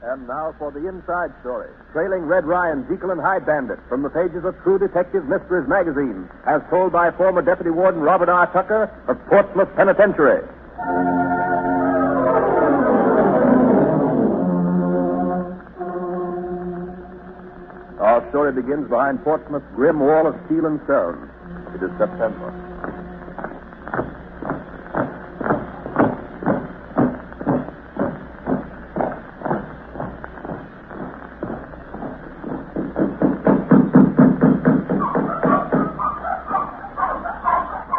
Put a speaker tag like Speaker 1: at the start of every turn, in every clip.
Speaker 1: And now for the inside story. Trailing Red Ryan, Jekyll and Hyde Bandit from the pages of True Detective Mysteries magazine, as told by former Deputy Warden Robert R. Tucker of Portsmouth Penitentiary. Our story begins behind Portsmouth's grim wall of steel and stone. It is September.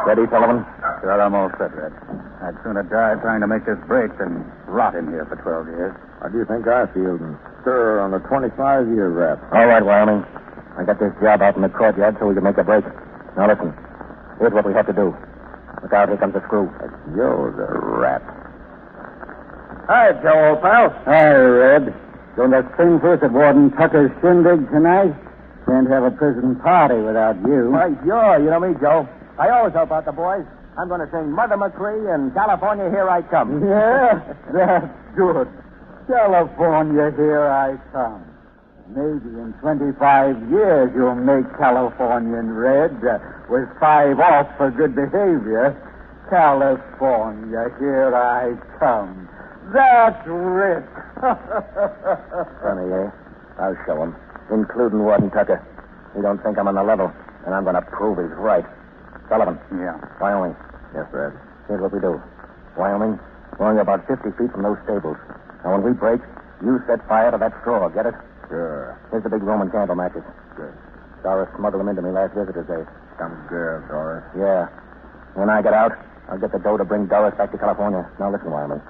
Speaker 2: Ready, Sullivan? Sure, I'm all set, Red. I'd sooner die trying to make this break than rot in here for 12 years.
Speaker 3: How do you think I feel, sir, on the 25 year rap?
Speaker 2: All right, Wyoming. I got this job out in the courtyard so we can make a break. Now, listen. Here's what we have to do. Look out, here comes the screw.
Speaker 3: You're the rat.
Speaker 2: Hi, Joe, old pal. Hi, Red. Doing that same first at Warden Tucker's shindig tonight? Can't have a prison party without you.
Speaker 4: Why, sure. You know me, Joe. I always help out the boys. I'm going to sing Mother McCree and California, Here I Come.
Speaker 2: Yeah, that's good. California, here I come. Maybe in 25 years you'll make Californian red uh, with five off for good behavior. California, here I come. That's rich.
Speaker 5: Funny, eh? I'll show him, including Warden Tucker. He don't think I'm on the level, and I'm going to prove he's right. Sullivan,
Speaker 2: yeah.
Speaker 5: Wyoming,
Speaker 3: Yes, Red.
Speaker 5: here's what we do. Wyoming, we're only about 50 feet from those stables. Now, when we break, you set fire to that straw. Get it?
Speaker 3: Sure.
Speaker 5: Here's the big Roman candle matches.
Speaker 3: Good.
Speaker 5: Doris smuggled them into me last visitor's day.
Speaker 3: Some girl, Doris.
Speaker 5: Yeah. When I get out, I'll get the dough to bring Doris back to California. Now listen, Wyoming.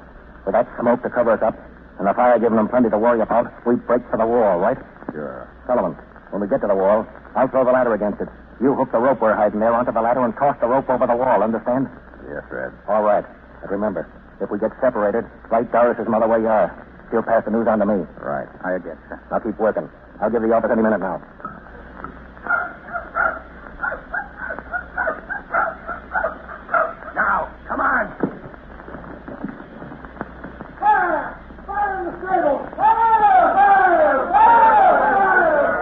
Speaker 5: With that smoke to cover us up, and the fire giving them plenty to worry about, we break for the wall, right?
Speaker 3: Sure.
Speaker 5: Sullivan, when we get to the wall, I'll throw the ladder against it. You hook the rope we're hiding there onto the ladder and toss the rope over the wall, understand?
Speaker 3: Yes, Red.
Speaker 5: All right. But remember, if we get separated, write Doris's mother where you are. She'll pass the news on to me.
Speaker 3: Right.
Speaker 2: I get you.
Speaker 5: Now keep working. I'll give the office any minute now.
Speaker 4: Now, come on.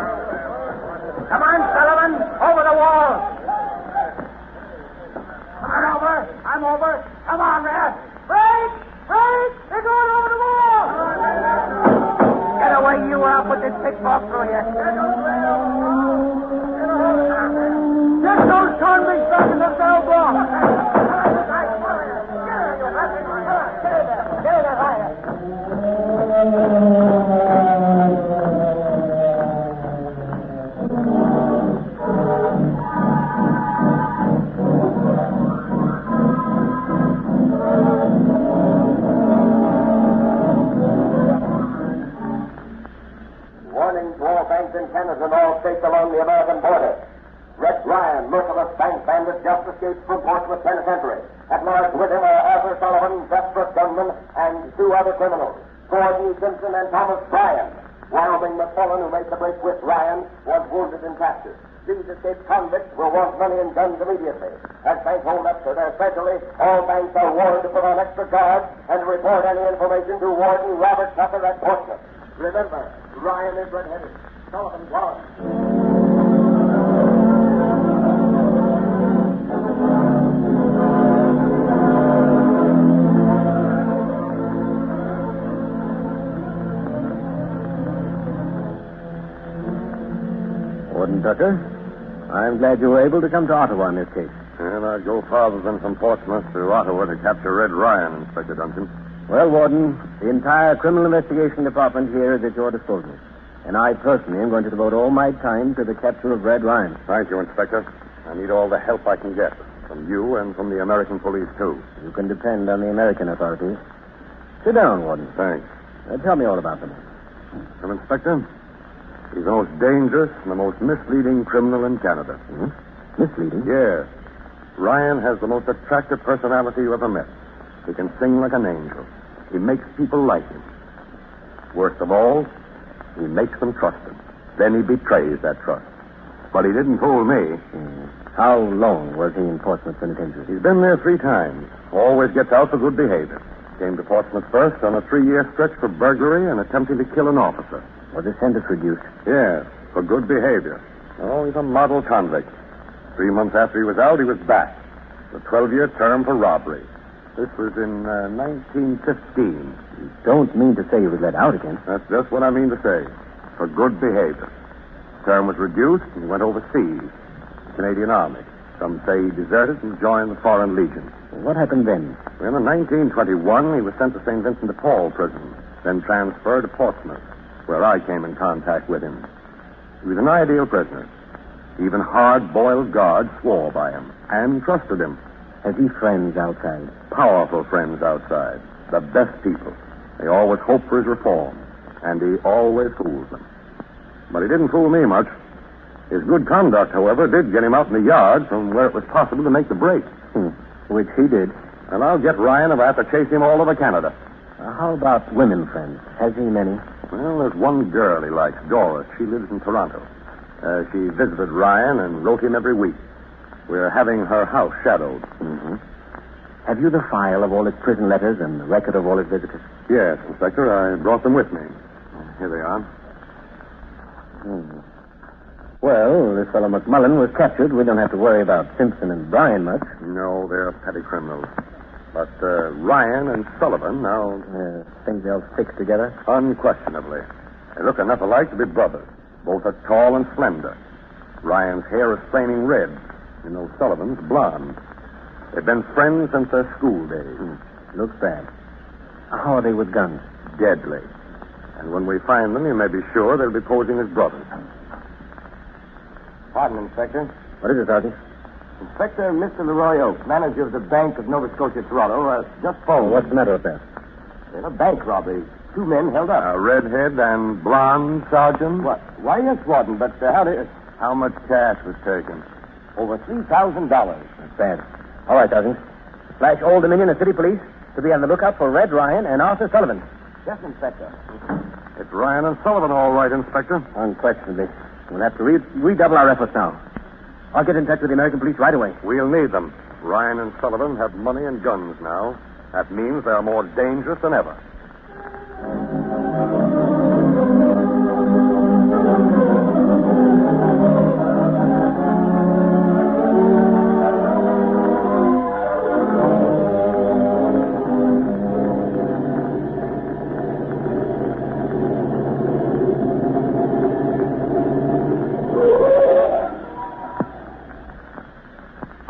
Speaker 4: Come on, Sullivan. Over the wall. Come on over. I'm over. Come on, there. Break! Break! They're going over the wall. Get away, you. I'll put this kickball through you. Get those convicts back in the cell block.
Speaker 6: Warning to all banks in Canada and all states along the American border. Red Ryan, merciless bank bandit, just escaped from Portsmouth Penitentiary. At large with him are Arthur Sullivan, desperate gunman, and two other criminals, Gordon E. Simpson and Thomas Bryan. Wyoming McClellan, who made the break with Ryan, was wounded and captured. These escaped convicts will want money and guns immediately. As bank holdups are their specialty, all banks are warned to put on extra guard and to report any information to Warden Robert Tucker at Portsmouth. Remember, Ryan is red-headed. Sullivan gone.
Speaker 3: Warden Tucker, I'm glad you were able to come to Ottawa in this case.
Speaker 1: And I'd go farther than from Portsmouth to Ottawa to capture Red Ryan, Inspector Duncan.
Speaker 3: Well, Warden, the entire criminal investigation department here is at your disposal. And I personally am going to devote all my time to the capture of Red Ryan.
Speaker 1: Thank you, Inspector. I need all the help I can get from you and from the American police, too.
Speaker 3: You can depend on the American authorities. Sit down, Warden.
Speaker 1: Thanks.
Speaker 3: Uh, tell me all about them.
Speaker 1: And, Inspector, he's the most dangerous and the most misleading criminal in Canada.
Speaker 3: Hmm? Misleading.
Speaker 1: Yes. Ryan has the most attractive personality you ever met. He can sing like an angel. He makes people like him. Worst of all, he makes them trust him. Then he betrays that trust. But he didn't fool me.
Speaker 3: Hmm. How long was he in Portsmouth Penitentiary?
Speaker 1: He's been there three times. Always gets out for good behavior. Came to Portsmouth first on a three-year stretch for burglary and attempting to kill an officer.
Speaker 5: Was his sentence reduced?
Speaker 1: Yes, for good behavior. Oh, he's a model convict. Three months after he was out, he was back. The 12-year term for robbery. This was in uh, 1915.
Speaker 5: You don't mean to say he was let out again.
Speaker 1: That's just what I mean to say. For good behavior. Term was reduced, and he went overseas. The Canadian Army. Some say he deserted and joined the Foreign Legion.
Speaker 5: What happened then?
Speaker 1: Well, in 1921, he was sent to St. Vincent de Paul prison, then transferred to Portsmouth, where I came in contact with him. He was an ideal prisoner. Even hard-boiled guards swore by him and trusted him.
Speaker 5: Has he friends outside?
Speaker 1: Powerful friends outside, the best people. They always hope for his reform, and he always fools them. But he didn't fool me much. His good conduct, however, did get him out in the yard from where it was possible to make the break.
Speaker 5: Hmm. Which he did.
Speaker 1: And I'll get Ryan if I have to chase him all over Canada.
Speaker 5: Uh, how about women friends? Has he many?
Speaker 1: Well, there's one girl he likes, Doris. She lives in Toronto. Uh, she visited Ryan and wrote him every week. We're having her house shadowed.
Speaker 5: Mm-hmm. Have you the file of all his prison letters and the record of all his visitors?
Speaker 1: Yes, Inspector. I brought them with me. Here they are.
Speaker 5: Hmm. Well, this fellow McMullen was captured. We don't have to worry about Simpson and Bryan much.
Speaker 1: No, they're petty criminals. But uh, Ryan and Sullivan now.
Speaker 5: Uh, things they'll stick together.
Speaker 1: Unquestionably. They look enough alike to be brothers. Both are tall and slender. Ryan's hair is flaming red, and old Sullivan's blonde. They've been friends since their school days.
Speaker 5: Hmm. Looks bad. How are they with guns?
Speaker 1: Deadly. And when we find them, you may be sure they'll be posing as brothers.
Speaker 7: Pardon, Inspector.
Speaker 5: What is it, Sergeant?
Speaker 7: Inspector, Mr. Leroy Oak, manager of the Bank of Nova Scotia, Toronto, uh, just phoned.
Speaker 5: Oh, What's the matter with that?
Speaker 7: In a bank robbery. Two men held up.
Speaker 1: A redhead and blonde, Sergeant?
Speaker 7: What? Why, yes, Warden, but uh, how did...
Speaker 1: How much cash was taken?
Speaker 7: Over $3,000.
Speaker 5: That's bad. All right, Sergeant. Flash Old Dominion and City Police to be on the lookout for Red Ryan and Arthur Sullivan.
Speaker 7: Yes, Inspector.
Speaker 1: It's Ryan and Sullivan, all right, Inspector.
Speaker 5: Unquestionably. We'll have to re- redouble our efforts now. I'll get in touch with the American police right away.
Speaker 1: We'll need them. Ryan and Sullivan have money and guns now. That means they are more dangerous than ever.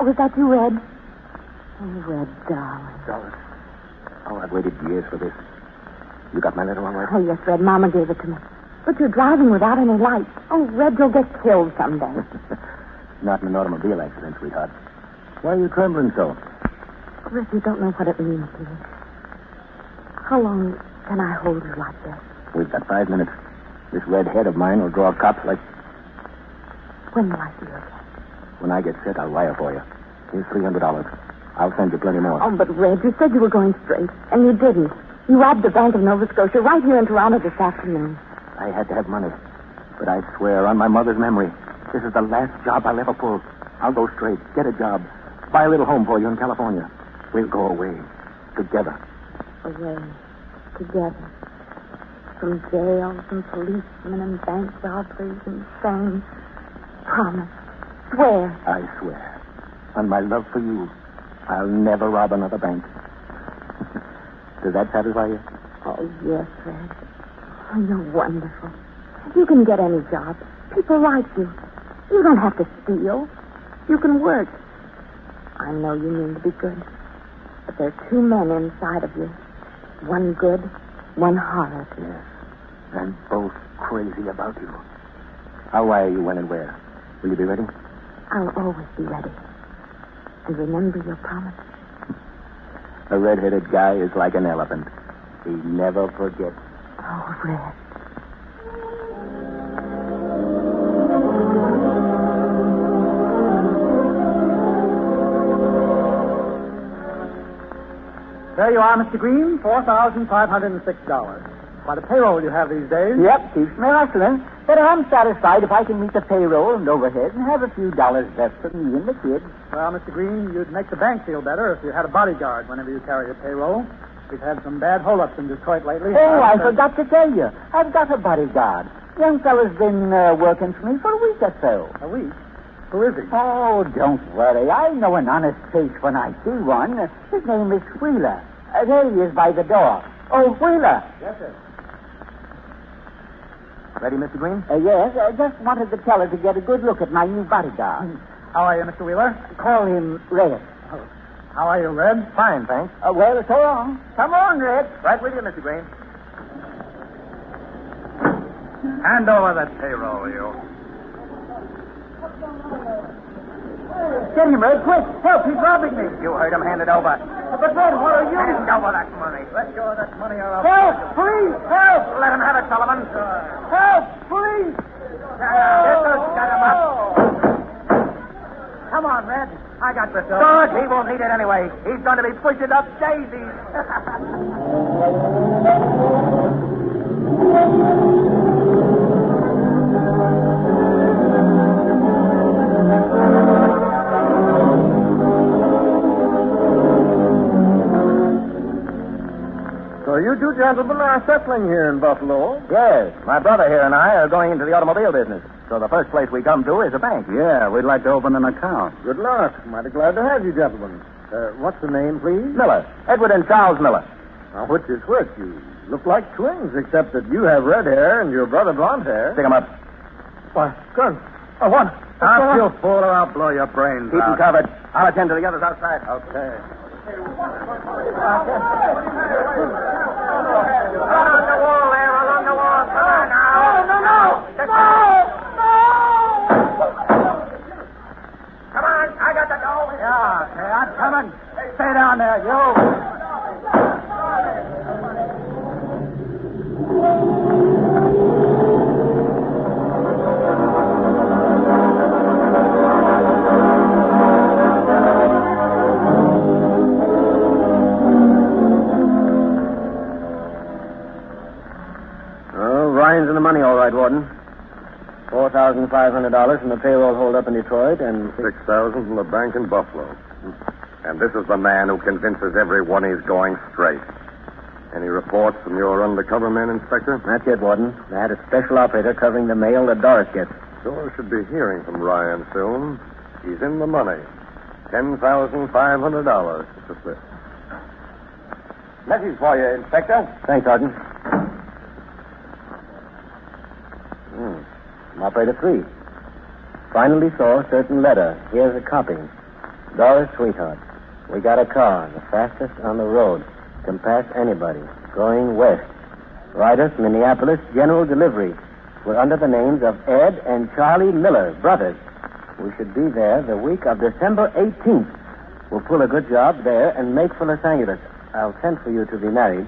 Speaker 8: was that you, Red? Oh, Red, darling.
Speaker 5: Dollars. Oh, I've waited years for this. You got my letter all right?
Speaker 8: Oh, yes, Red. Mama gave it to me. But you're driving without any lights. Oh, Red, you'll get killed someday.
Speaker 5: Not in an automobile accident, sweetheart. Why are you trembling so?
Speaker 8: Red, you don't know what it means to me. How long can I hold you like this?
Speaker 5: We've got five minutes. This red head of mine will draw cops like...
Speaker 8: When will I see you again?
Speaker 5: When I get sick, I'll wire for you. Here's three hundred dollars. I'll send you plenty more.
Speaker 8: Oh, but Red, you said you were going straight, and you didn't. You robbed the Bank of Nova Scotia right here in Toronto this afternoon.
Speaker 5: I had to have money, but I swear on my mother's memory, this is the last job I'll ever pull. I'll go straight, get a job, buy a little home for you in California. We'll go away together.
Speaker 8: Away together. From jails and policemen and bank robberies and shame. Promise. Swear.
Speaker 5: I swear on my love for you. I'll never rob another bank. Does that satisfy you?
Speaker 8: Oh, yes, Red. Oh, you're wonderful. You can get any job. People like you. You don't have to steal. You can work. I know you mean to be good. But there are two men inside of you. One good, one horrid.
Speaker 5: Yes. And both crazy about you. I'll wire you when and where. Will you be ready?
Speaker 8: I'll always be ready and remember your promise.
Speaker 5: A red-headed guy is like an elephant. He never forgets.
Speaker 8: Oh, Red.
Speaker 2: There you are, Mr. Green, $4,506. Quite a payroll you have these days.
Speaker 9: Yep, Chief. Mayor Excellent. But I'm satisfied if I can meet the payroll and overhead and have a few dollars left for me and the kids.
Speaker 2: Well, Mr. Green, you'd make the bank feel better if you had a bodyguard whenever you carry your payroll. We've had some bad holdups in Detroit lately. Uh,
Speaker 9: Oh, I forgot to tell you. I've got a bodyguard. Young fella's been uh, working for me for a week or so.
Speaker 2: A week? Who is he?
Speaker 9: Oh, don't worry. I know an honest face when I see one. His name is Wheeler. Uh, there he is by the door. Oh, Wheeler.
Speaker 2: Yes, sir.
Speaker 10: Ready, Mr. Green?
Speaker 9: Uh, yes, I just wanted the teller to get a good look at my new bodyguard.
Speaker 2: How are you, Mr. Wheeler?
Speaker 9: Call him Red.
Speaker 2: How are you, Red?
Speaker 10: Fine, thanks.
Speaker 9: Uh, well, so long.
Speaker 2: Come on, Red.
Speaker 10: Right with you, Mr. Green.
Speaker 1: Hand over that payroll, you.
Speaker 9: Get him, Red, quick. Help, he's robbing me.
Speaker 1: You heard him. Hand it over.
Speaker 9: But, Red, what are you?
Speaker 1: Hand over that money. Let go of that money or I'll...
Speaker 9: Help, please, help.
Speaker 1: Let him have it, Sullivan.
Speaker 9: Help, please.
Speaker 1: Get those shut him up.
Speaker 4: Come on, Red. I got this.
Speaker 1: George, he won't need it anyway. He's going to be pushing up daisies.
Speaker 11: So you two gentlemen are settling here in Buffalo.
Speaker 5: Yes, my brother here and I are going into the automobile business. So the first place we come to is a bank.
Speaker 10: Yeah, we'd like to open an account.
Speaker 11: Good luck. Mighty glad to have you gentlemen. Uh, what's the name, please?
Speaker 5: Miller. Edward and Charles Miller.
Speaker 11: Now, which is which? You look like twins, except that you have red hair and your brother blonde hair.
Speaker 5: Stick 'em up.
Speaker 11: Why, gun. I want.
Speaker 1: Stop, you fool, Ah, or I'll blow your brains
Speaker 5: Keep 'em
Speaker 1: out.
Speaker 5: covered. I'll attend to the others outside.
Speaker 1: Okay.
Speaker 4: Along the wall there, along the wall. Come on now. No, no, no. No, no. Come on, I got the dough.
Speaker 2: Oh, Yeah, okay, I'm coming. Stay down there, you.
Speaker 5: Oh, Ryan's in the money, all right, Warden. Four thousand five hundred dollars from the payroll holdup in Detroit, and
Speaker 1: Six thousand from the bank in Buffalo. And this is the man who convinces everyone he's going straight. Any reports from your undercover men, Inspector?
Speaker 5: that's it, Warden. They had a special operator covering the mail that Doris gets.
Speaker 1: Sure should be hearing from Ryan soon. He's in the money. Ten thousand five hundred dollars. Just this.
Speaker 11: Message for you, Inspector.
Speaker 5: Thanks, Arden. Hmm. From Operator three. Finally saw a certain letter. Here's a copy. Doris, sweetheart. We got a car, the fastest on the road. Can pass anybody. Going west. Ride us Minneapolis General Delivery. We're under the names of Ed and Charlie Miller, brothers. We should be there the week of December 18th. We'll pull a good job there and make for Los Angeles. I'll send for you to be married.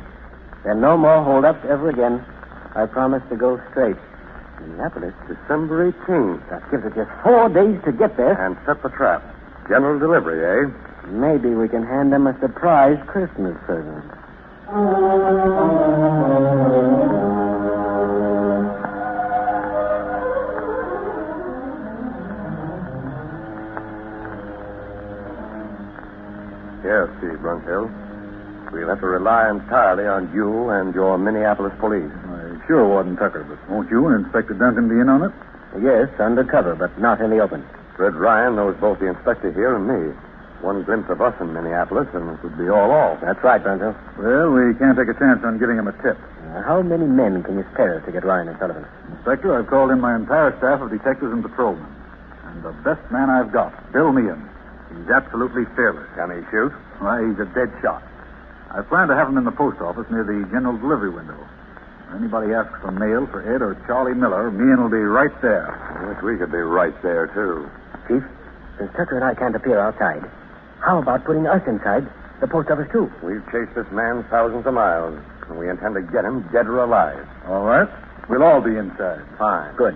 Speaker 5: Then no more holdups ever again. I promise to go straight. Minneapolis?
Speaker 1: December eighteenth.
Speaker 5: That gives us just four days to get there. Uh,
Speaker 1: And set the trap. General delivery, eh?
Speaker 5: Maybe we can hand them a surprise Christmas present.
Speaker 1: Yes, Steve Brunhill. We'll have to rely entirely on you and your Minneapolis police.
Speaker 2: Sure, Warden Tucker, but won't you and Inspector Duncan be in on it?
Speaker 5: Yes, undercover, but not in the open.
Speaker 1: Fred Ryan knows both the inspector here and me. One glimpse of us in Minneapolis, and it would be all off.
Speaker 5: That's right, Bronto.
Speaker 2: Well, we can't take a chance on giving him a tip.
Speaker 5: Now, Uh, how many men can you spare to get Ryan and Sullivan?
Speaker 2: Inspector, I've called in my entire staff of detectives and patrolmen. And the best man I've got, Bill Meehan. He's absolutely fearless.
Speaker 1: Can he shoot?
Speaker 2: Why, he's a dead shot. I plan to have him in the post office near the general delivery window. If anybody asks for mail for Ed or Charlie Miller, Meehan will be right there.
Speaker 1: I wish we could be right there, too.
Speaker 5: Chief, since Tucker and I can't appear outside, how about putting us inside the post office, too?
Speaker 1: We've chased this man thousands of miles, and we intend to get him dead or alive.
Speaker 2: All right. We'll all be inside.
Speaker 1: Fine.
Speaker 5: Good.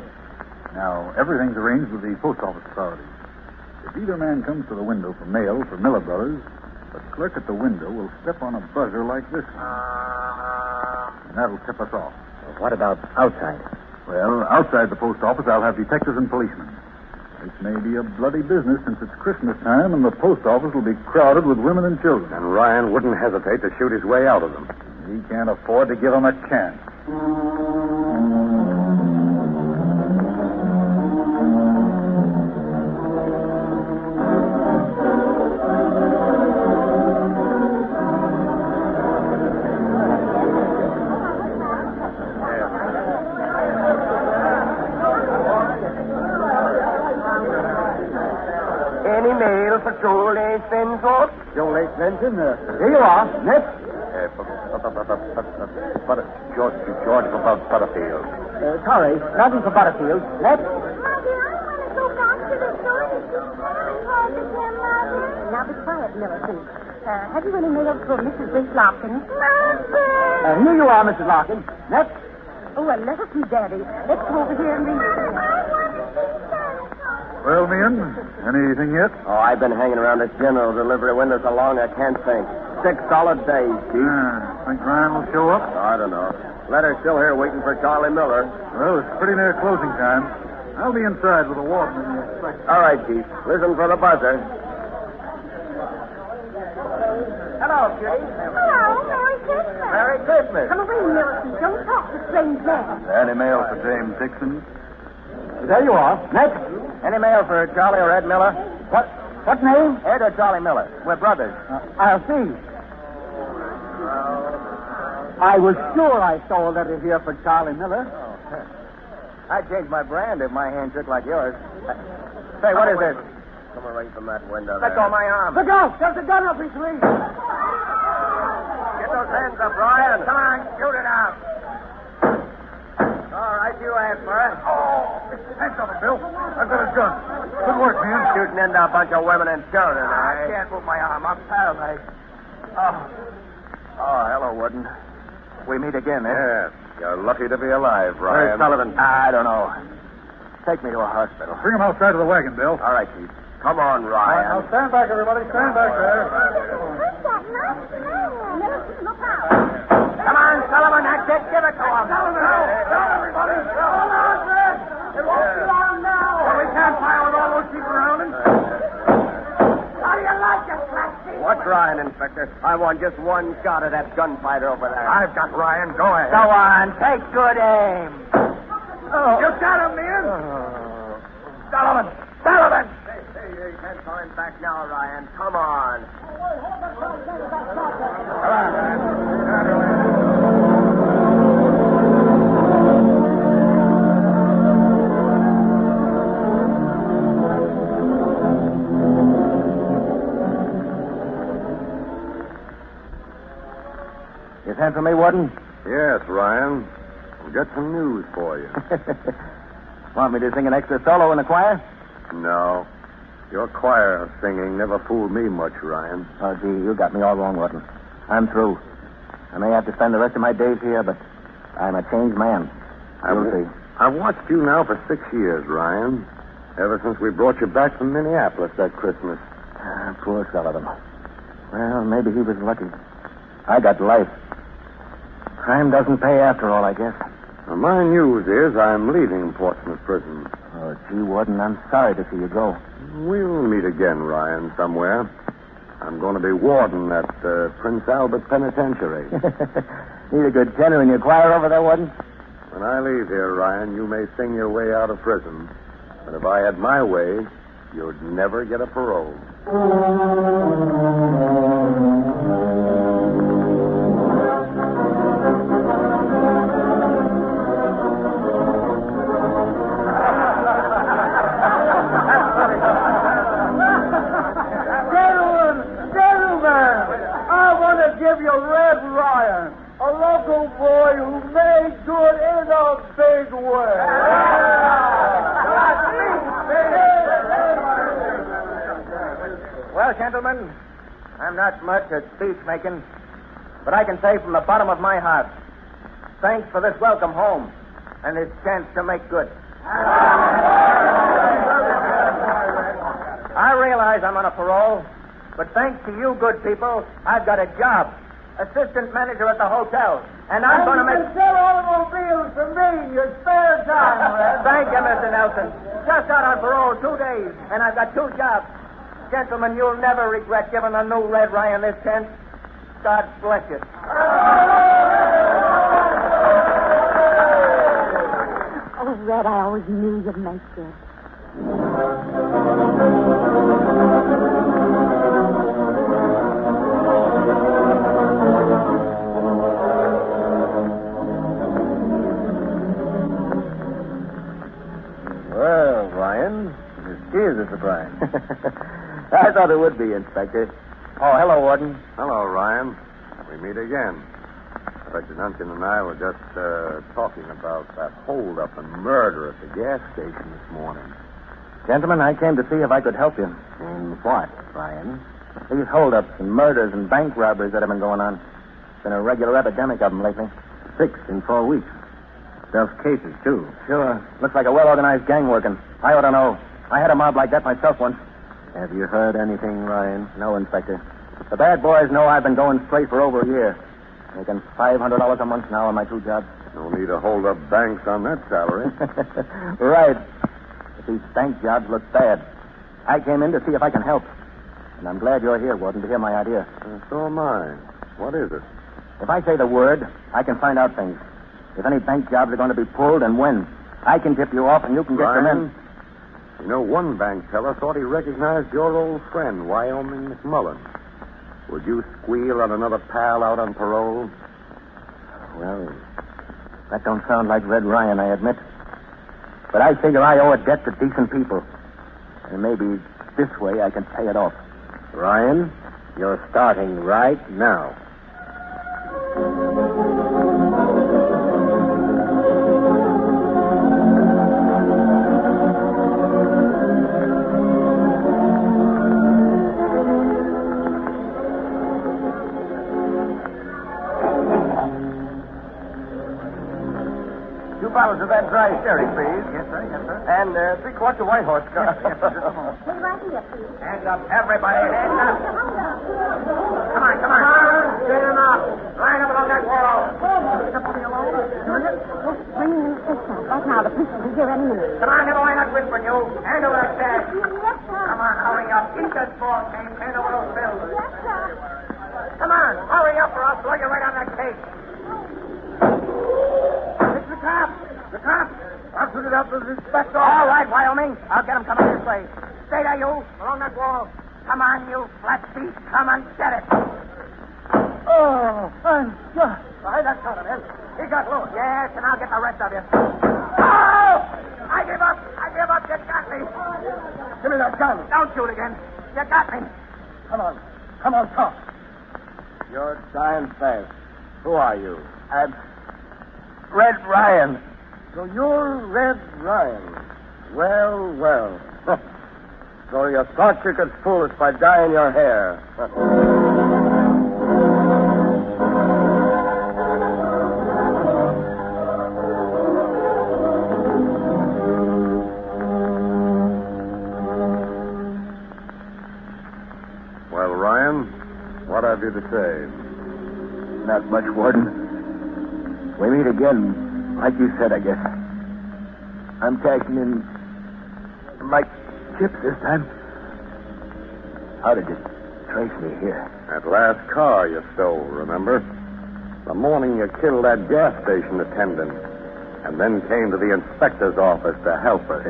Speaker 2: Now, everything's arranged with the post office authorities. If either man comes to the window for mail for Miller Brothers, the clerk at the window will step on a buzzer like this one, and that'll tip us off.
Speaker 5: What about outside?
Speaker 2: Well, outside the post office, I'll have detectives and policemen.
Speaker 12: This may be a bloody business since it's Christmas time and the post office will be crowded with women and children.
Speaker 1: And Ryan wouldn't hesitate to shoot his way out of them.
Speaker 12: He can't afford to give them a chance.
Speaker 13: Any mail for Joel A. Fensworth?
Speaker 2: Joel A. Fenton? Uh, here you are, Nip.
Speaker 6: Eh,
Speaker 1: Uh, but, but, but, but, but, but, George, George about Butterfield.
Speaker 2: Uh, sorry, nothing for Butterfield. Nip.
Speaker 4: Mother, I want to go back to the store to see Mary Hart again, Mother.
Speaker 14: Now be quiet, Millicent. Uh, have you any mail for Mrs. Grace Larkin?
Speaker 4: Mother!
Speaker 2: Uh, here you are, Mrs. Larkin. Nip.
Speaker 14: Oh, a letter from Daddy. Let's go over here and read it.
Speaker 12: Well, Meehan, anything yet?
Speaker 6: Oh, I've been hanging around this general delivery window so long I can't think. Six solid days, Chief.
Speaker 12: Yeah, think Ryan will show up?
Speaker 6: I don't know. Letter's still here waiting for Charlie Miller.
Speaker 12: Well, it's pretty near closing time. I'll be inside with the warden in a second.
Speaker 6: All right, Chief. Listen for the buzzer.
Speaker 13: Hello, Kitty.
Speaker 4: Hello, Merry Christmas.
Speaker 13: Merry Christmas.
Speaker 14: Come away, Millicent. Don't talk to strange men.
Speaker 15: Any mail for James Dixon?
Speaker 2: There you are. Next.
Speaker 6: Any mail for Charlie or Ed Miller?
Speaker 2: What? What name?
Speaker 6: Ed or Charlie Miller? We're brothers.
Speaker 2: Uh, I'll see. I was sure I saw a letter here for Charlie Miller.
Speaker 6: I'd change Oh. my brand if my hand shook like yours. Uh, Say, what is this? Come away from that window.
Speaker 13: Let go of my arm.
Speaker 2: Look out! There's a gun up his sleeve.
Speaker 13: Get those hands up, Ryan. Come on, shoot it out. All right, you asked for it.
Speaker 12: Oh, hands up, Bill. I've got a gun. Good work, man.
Speaker 6: Shooting into a bunch of women and children,
Speaker 13: I
Speaker 6: eh?
Speaker 13: can't move my arm. I'm paralyzed. Oh,
Speaker 6: Oh, hello, Wooden. We meet again, eh?
Speaker 1: Yes. You're lucky to be alive, Ryan.
Speaker 6: Where's Sullivan? I don't know. Take me to a hospital.
Speaker 12: Bring him outside to the wagon, Bill.
Speaker 6: All right, Chief. Come on, Ryan.
Speaker 12: Now stand back, everybody. Stand back there.
Speaker 4: What's that nice man? Millicent, look out.
Speaker 13: come on, Sullivan. That's it. Give it to him. Sullivan, no. No, everybody. Hold on, Fred. It won't be long now. Well, we can't fire with all those people around him. How do you like it, Plasty?
Speaker 6: What's Ryan, Inspector? I want just one shot at that gunfighter over there.
Speaker 15: I've got Ryan. Go ahead.
Speaker 13: Go on. Take good aim. Oh. You got him, man. Sullivan. Sullivan.
Speaker 6: Hey, hey, hey, can't find back now, Ryan. Come on.
Speaker 5: You sent for me, Warden?
Speaker 1: Yes, Ryan. We've got some news for you.
Speaker 5: Want me to sing an extra solo in the choir?
Speaker 1: no. Your choir singing never fooled me much, Ryan.
Speaker 5: Oh, gee, you got me all wrong, Warden. I'm through. I may have to spend the rest of my days here, but I'm a changed man.
Speaker 1: I
Speaker 5: You'll
Speaker 1: w-
Speaker 5: see.
Speaker 1: I've watched you now for six years, Ryan. Ever since we brought you back from Minneapolis that Christmas.
Speaker 5: Ah, Poor Sullivan. Well, maybe he was lucky. I got life. Crime doesn't pay after all, I guess.
Speaker 1: Now, my news is I'm leaving Portsmouth Prison.
Speaker 5: Oh, gee, Warden, I'm sorry to see you go.
Speaker 1: We'll meet again, Ryan, somewhere. I'm going to be warden at uh, Prince Albert Penitentiary.
Speaker 5: Need a good tenor in your choir over there, Warden?
Speaker 1: when I leave here, Ryan, you may sing your way out of prison. But if I had my way, you'd never get a parole.
Speaker 16: Gentlemen, gentlemen, I want to give you Red Ryan, a local boy who made good in a big way.
Speaker 6: Well, gentlemen, I'm not much at speech making, but I can say from the bottom of my heart, thanks for this welcome home and this chance to make good. I realize I'm on a parole, but thanks to you good people, I've got a job. Assistant manager at the hotel. And I'm going to make.
Speaker 16: sell automobiles for me in your spare time, Red.
Speaker 6: Thank you, Mr. Nelson. Just out on parole two days, and I've got two jobs. Gentlemen, you'll never regret giving a new Red Ryan this chance. God bless you.
Speaker 8: Oh, Red, I always knew you'd make it.
Speaker 17: Well, Ryan, this is a surprise.
Speaker 1: I thought it would be, Inspector.
Speaker 17: Oh, hello, Warden.
Speaker 1: Hello, Ryan. We meet again. Inspector Duncan and I were just uh, talking about that holdup and murder at the gas station this morning.
Speaker 17: Gentlemen, I came to see if I could help you.
Speaker 5: In what, Ryan?
Speaker 17: These holdups and murders and bank robberies that have been going on. It's been a regular epidemic of them lately.
Speaker 5: Six in four weeks. Self cases, too.
Speaker 17: Sure. Looks like a well organized gang working. I ought to know. I had a mob like that myself once.
Speaker 5: Have you heard anything, Ryan?
Speaker 17: No, Inspector. The bad boys know I've been going straight for over a year. Making $500 a month now on my two jobs.
Speaker 1: No need to hold up banks on that salary.
Speaker 17: right. But these bank jobs look bad. I came in to see if I can help. And I'm glad you're here, Warden, to hear my idea.
Speaker 1: Uh, so am I. What is it?
Speaker 17: If I say the word, I can find out things. If any bank jobs are going to be pulled and when. I can tip you off and you can get
Speaker 1: Ryan,
Speaker 17: them in.
Speaker 1: You know, one bank teller thought he recognized your old friend, Wyoming McMullen. Would you squeal at another pal out on parole?
Speaker 17: Well, that don't sound like Red Ryan, I admit. But I figure I owe a debt to decent people. And maybe this way I can pay it off.
Speaker 5: Ryan, you're starting right now.
Speaker 7: bottles of that dry sherry, please. Yes, sir. Yes, sir. And uh, three quarts of White Horse. Yes, yes, sir. Just a moment.
Speaker 4: Wait right here, please.
Speaker 6: Hands up, everybody. Hands up. Come on, come on. Get him up. Line up along that wall.
Speaker 8: Bringing in assistance right now. The police will be here any minute.
Speaker 6: Come on, Neville. I'm not whispering you. Hand over that stash.
Speaker 4: Yes, sir.
Speaker 6: Come on, hurry up. Eat that ball cake. Hand over those bills.
Speaker 4: Yes, sir.
Speaker 6: Come on, hurry up or I'll throw you right on that cake. It's the cop. The cop. I'll put it up with inspector. All right, Wyoming. I'll get him coming this way. Stay there, you. Along that wall. Come on, you flat feet. Come and get it.
Speaker 9: Oh, I'm shot.
Speaker 6: All right, that's out of him. He got loose. Yes, and I'll get the rest of you. Oh! I give up. I give up. You got me.
Speaker 9: Give me that gun.
Speaker 6: Don't shoot again. You got me.
Speaker 9: Come on. Come on, talk.
Speaker 7: You're dying fast. Who are you?
Speaker 9: I'm
Speaker 7: Red Ryan.
Speaker 9: So you're Red Ryan.
Speaker 7: Well, well. so you thought you could fool us by dyeing your hair.
Speaker 1: Well, Ryan, what have you to say?
Speaker 5: Not much, Warden. We meet again, like you said, I guess. I'm cashing in my chips this time. How did you trace me here?
Speaker 1: That last car you stole, remember? The morning you killed that gas station attendant, and then came to the inspector's office to help us.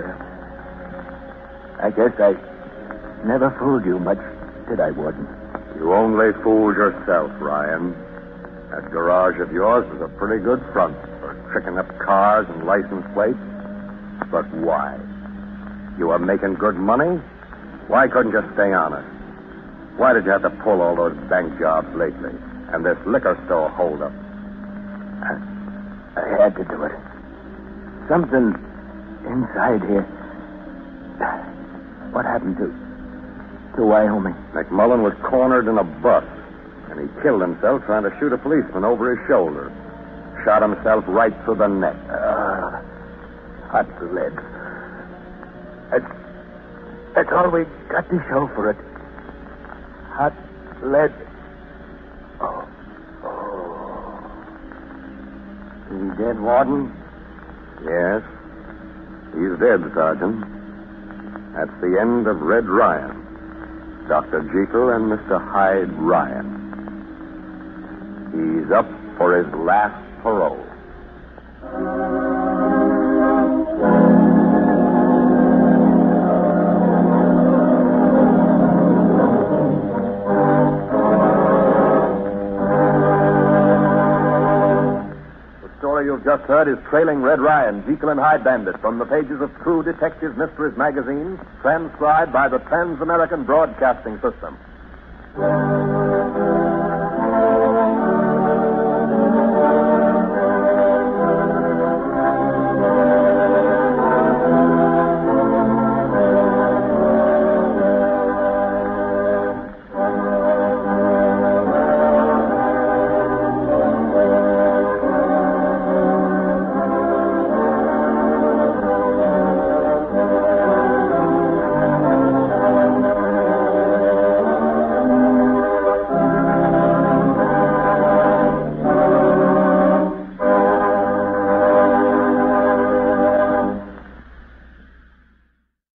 Speaker 5: I guess I never fooled you much, did I, Warden?
Speaker 1: You only fooled yourself, Ryan. That garage of yours was a pretty good front for tricking up cars and license plates. But why? You were making good money. Why couldn't you stay honest? Why did you have to pull all those bank jobs lately and this liquor store holdup?
Speaker 5: I, I had to do it. Something inside here. What happened to to Wyoming?
Speaker 1: McMullen was cornered in a bus, and he killed himself trying to shoot a policeman over his shoulder. Shot himself right through the neck.
Speaker 5: Ah, hot lead. That's, that's all we got to show for it. Hot lead. Oh, oh.
Speaker 7: He did, Warden?
Speaker 1: Yes. He's dead, Sergeant. That's the end of Red Ryan. Dr. Jekyll and Mr. Hyde Ryan. He's up for his last parole. you've just heard is Trailing Red Ryan, Jekyll and Hyde Bandit from the pages of True Detective Mysteries magazine, transcribed by the Transamerican Broadcasting System.